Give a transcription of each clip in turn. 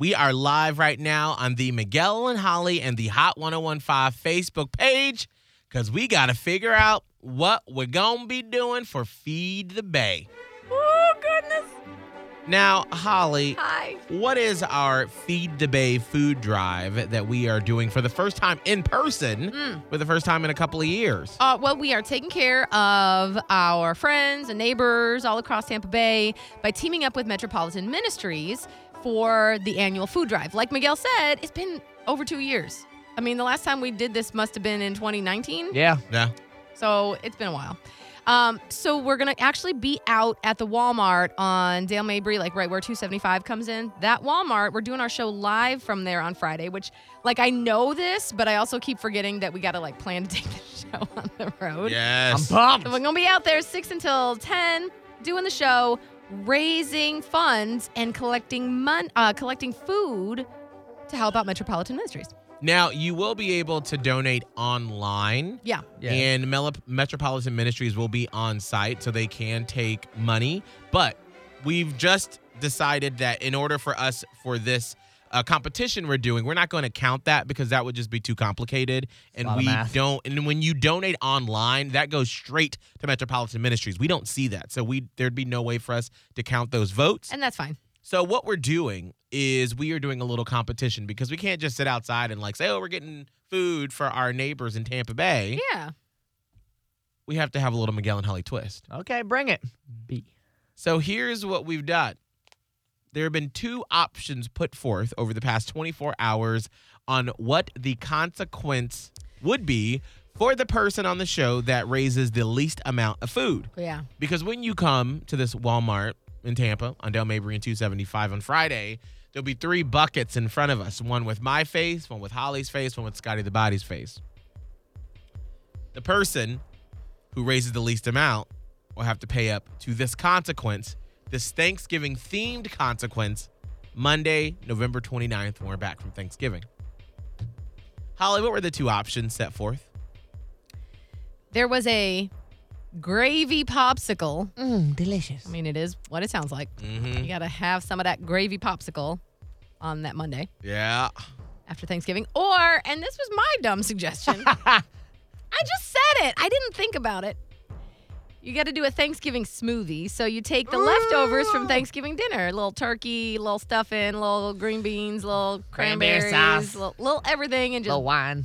We are live right now on the Miguel and Holly and the Hot 1015 Facebook page because we got to figure out what we're going to be doing for Feed the Bay. Oh, goodness. Now, Holly, Hi. what is our Feed the Bay food drive that we are doing for the first time in person Hmm. for the first time in a couple of years? Uh, well, we are taking care of our friends and neighbors all across Tampa Bay by teaming up with Metropolitan Ministries for the annual food drive. Like Miguel said, it's been over two years. I mean, the last time we did this must have been in 2019. Yeah. Yeah. So it's been a while. Um, so we're gonna actually be out at the Walmart on Dale Mabry, like right where 275 comes in. That Walmart, we're doing our show live from there on Friday, which like I know this, but I also keep forgetting that we gotta like plan to take the show on the road. I'm Yes. So pumped. we're gonna be out there six until ten, doing the show, raising funds and collecting mon- uh, collecting food to help out Metropolitan Ministries. Now, you will be able to donate online. Yeah. Yeah. And Mel- Metropolitan Ministries will be on site so they can take money. But we've just decided that in order for us for this uh, competition we're doing, we're not going to count that because that would just be too complicated. lot And of we math. don't. And when you donate online, that goes straight to Metropolitan Ministries. We don't see that, so we there'd be no way for us to count those votes. And that's fine. So what we're doing is we are doing a little competition because we can't just sit outside and like say, oh, we're getting food for our neighbors in Tampa Bay. Yeah. We have to have a little Miguel and Holly twist. Okay, bring it. B. So here's what we've done. There have been two options put forth over the past 24 hours on what the consequence would be for the person on the show that raises the least amount of food. Yeah. Because when you come to this Walmart in Tampa on Del Mabry and 275 on Friday, there'll be three buckets in front of us one with my face, one with Holly's face, one with Scotty the Body's face. The person who raises the least amount will have to pay up to this consequence, this Thanksgiving themed consequence, Monday, November 29th, when we're back from Thanksgiving. Holly, what were the two options set forth? There was a gravy popsicle. Mmm, delicious. I mean, it is what it sounds like. Mm-hmm. You got to have some of that gravy popsicle on that Monday Yeah. after Thanksgiving. Or, and this was my dumb suggestion. I just said it. I didn't think about it. You got to do a Thanksgiving smoothie. So you take the leftovers Mm. from Thanksgiving dinner, a little turkey, a little stuffing, a little green beans, a little Cranberry cranberries, sauce. Little, little everything, and just Little wine.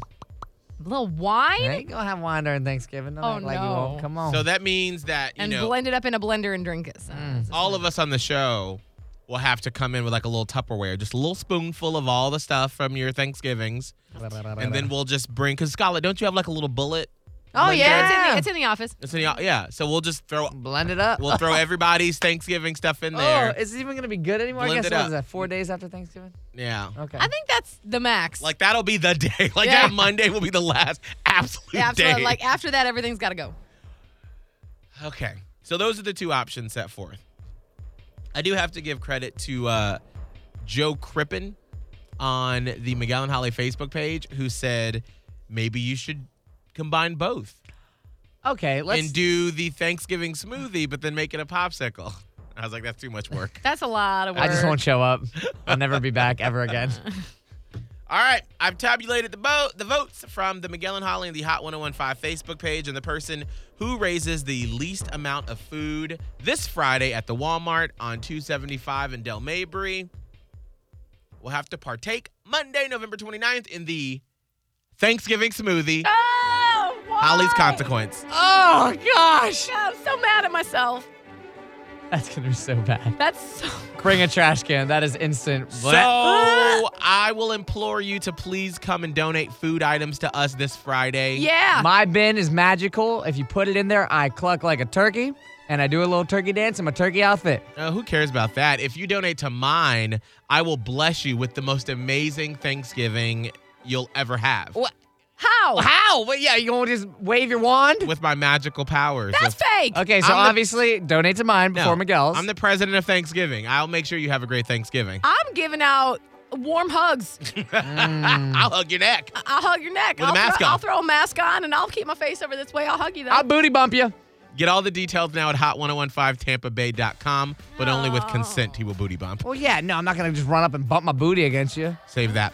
little wine You ain't gonna have wine during Thanksgiving. Don't Oh, act like you no. won't. Come on. So that means that, you and know, blend it up in a blender and drink it. So Mm. it's just all of us on the show will have to come in with like a little Tupperware, just a little spoonful of all the stuff from your Thanksgivings, and then we'll just bring. Cause Scarlett, don't you have like a little bullet? Oh blender? yeah, it's in, Yeah. the, it's in the office. It's in the, yeah. So we'll just throw blend it up. we'll throw everybody's Thanksgiving stuff in there. Oh, is it even gonna be good anymore? Blend I guess it what up. is that? Four days after Thanksgiving. yeah. Okay. I think that's the max. Like that'll be the day. Like Yeah. that Monday will be the last absolute yeah, after, day. like after that, everything's got to go. Okay. So those are the two options set forth. I do have to give credit to uh, Joe Crippen on the Miguel and Holly Facebook page who said maybe you should combine both okay. Let's. and do the Thanksgiving smoothie, but then make it a popsicle. I was like, that's too much work. That's a lot of work. I just won't show up. I'll never be back ever again. All right, I've tabulated the vote, the votes from the Miguel and Holly and the Hot 1015 Facebook page, and the person who raises the least amount of food this Friday at the Walmart on 275 in Del Mabry will have to partake Monday, November 29th, in the Thanksgiving smoothie, Oh, why? Holly's consequence. oh gosh. God, I'm so mad at myself. That's gonna be so bad. That's so. Bring a trash can. That is instant. So I will implore you to please come and donate food items to us this Friday. Yeah. My bin is magical. If you put it in there, I cluck like a turkey and I do a little turkey dance in my turkey outfit. Uh, who cares about that? If you donate to mine, I will bless you with the most amazing Thanksgiving you'll ever have. Wha- How? How? Well, yeah, you gonna just wave your wand? With my magical powers. That's of- fake. Okay, so I'm the- obviously donate to mine No, before Miguel's. I'm the president of Thanksgiving. I'll make sure you have a great Thanksgiving. I'm giving out warm hugs. I'll hug your neck. I- I'll hug your neck. With a I'll, mask throw, on. I'll throw a mask on and I'll keep my face over this way. I'll hug you though. I'll booty bump you. Get all the details now at hot1015tampabay.com, but only with No. consent. He will booty bump. Well, yeah, no, I'm not gonna just run up and bump my booty against you. Save that.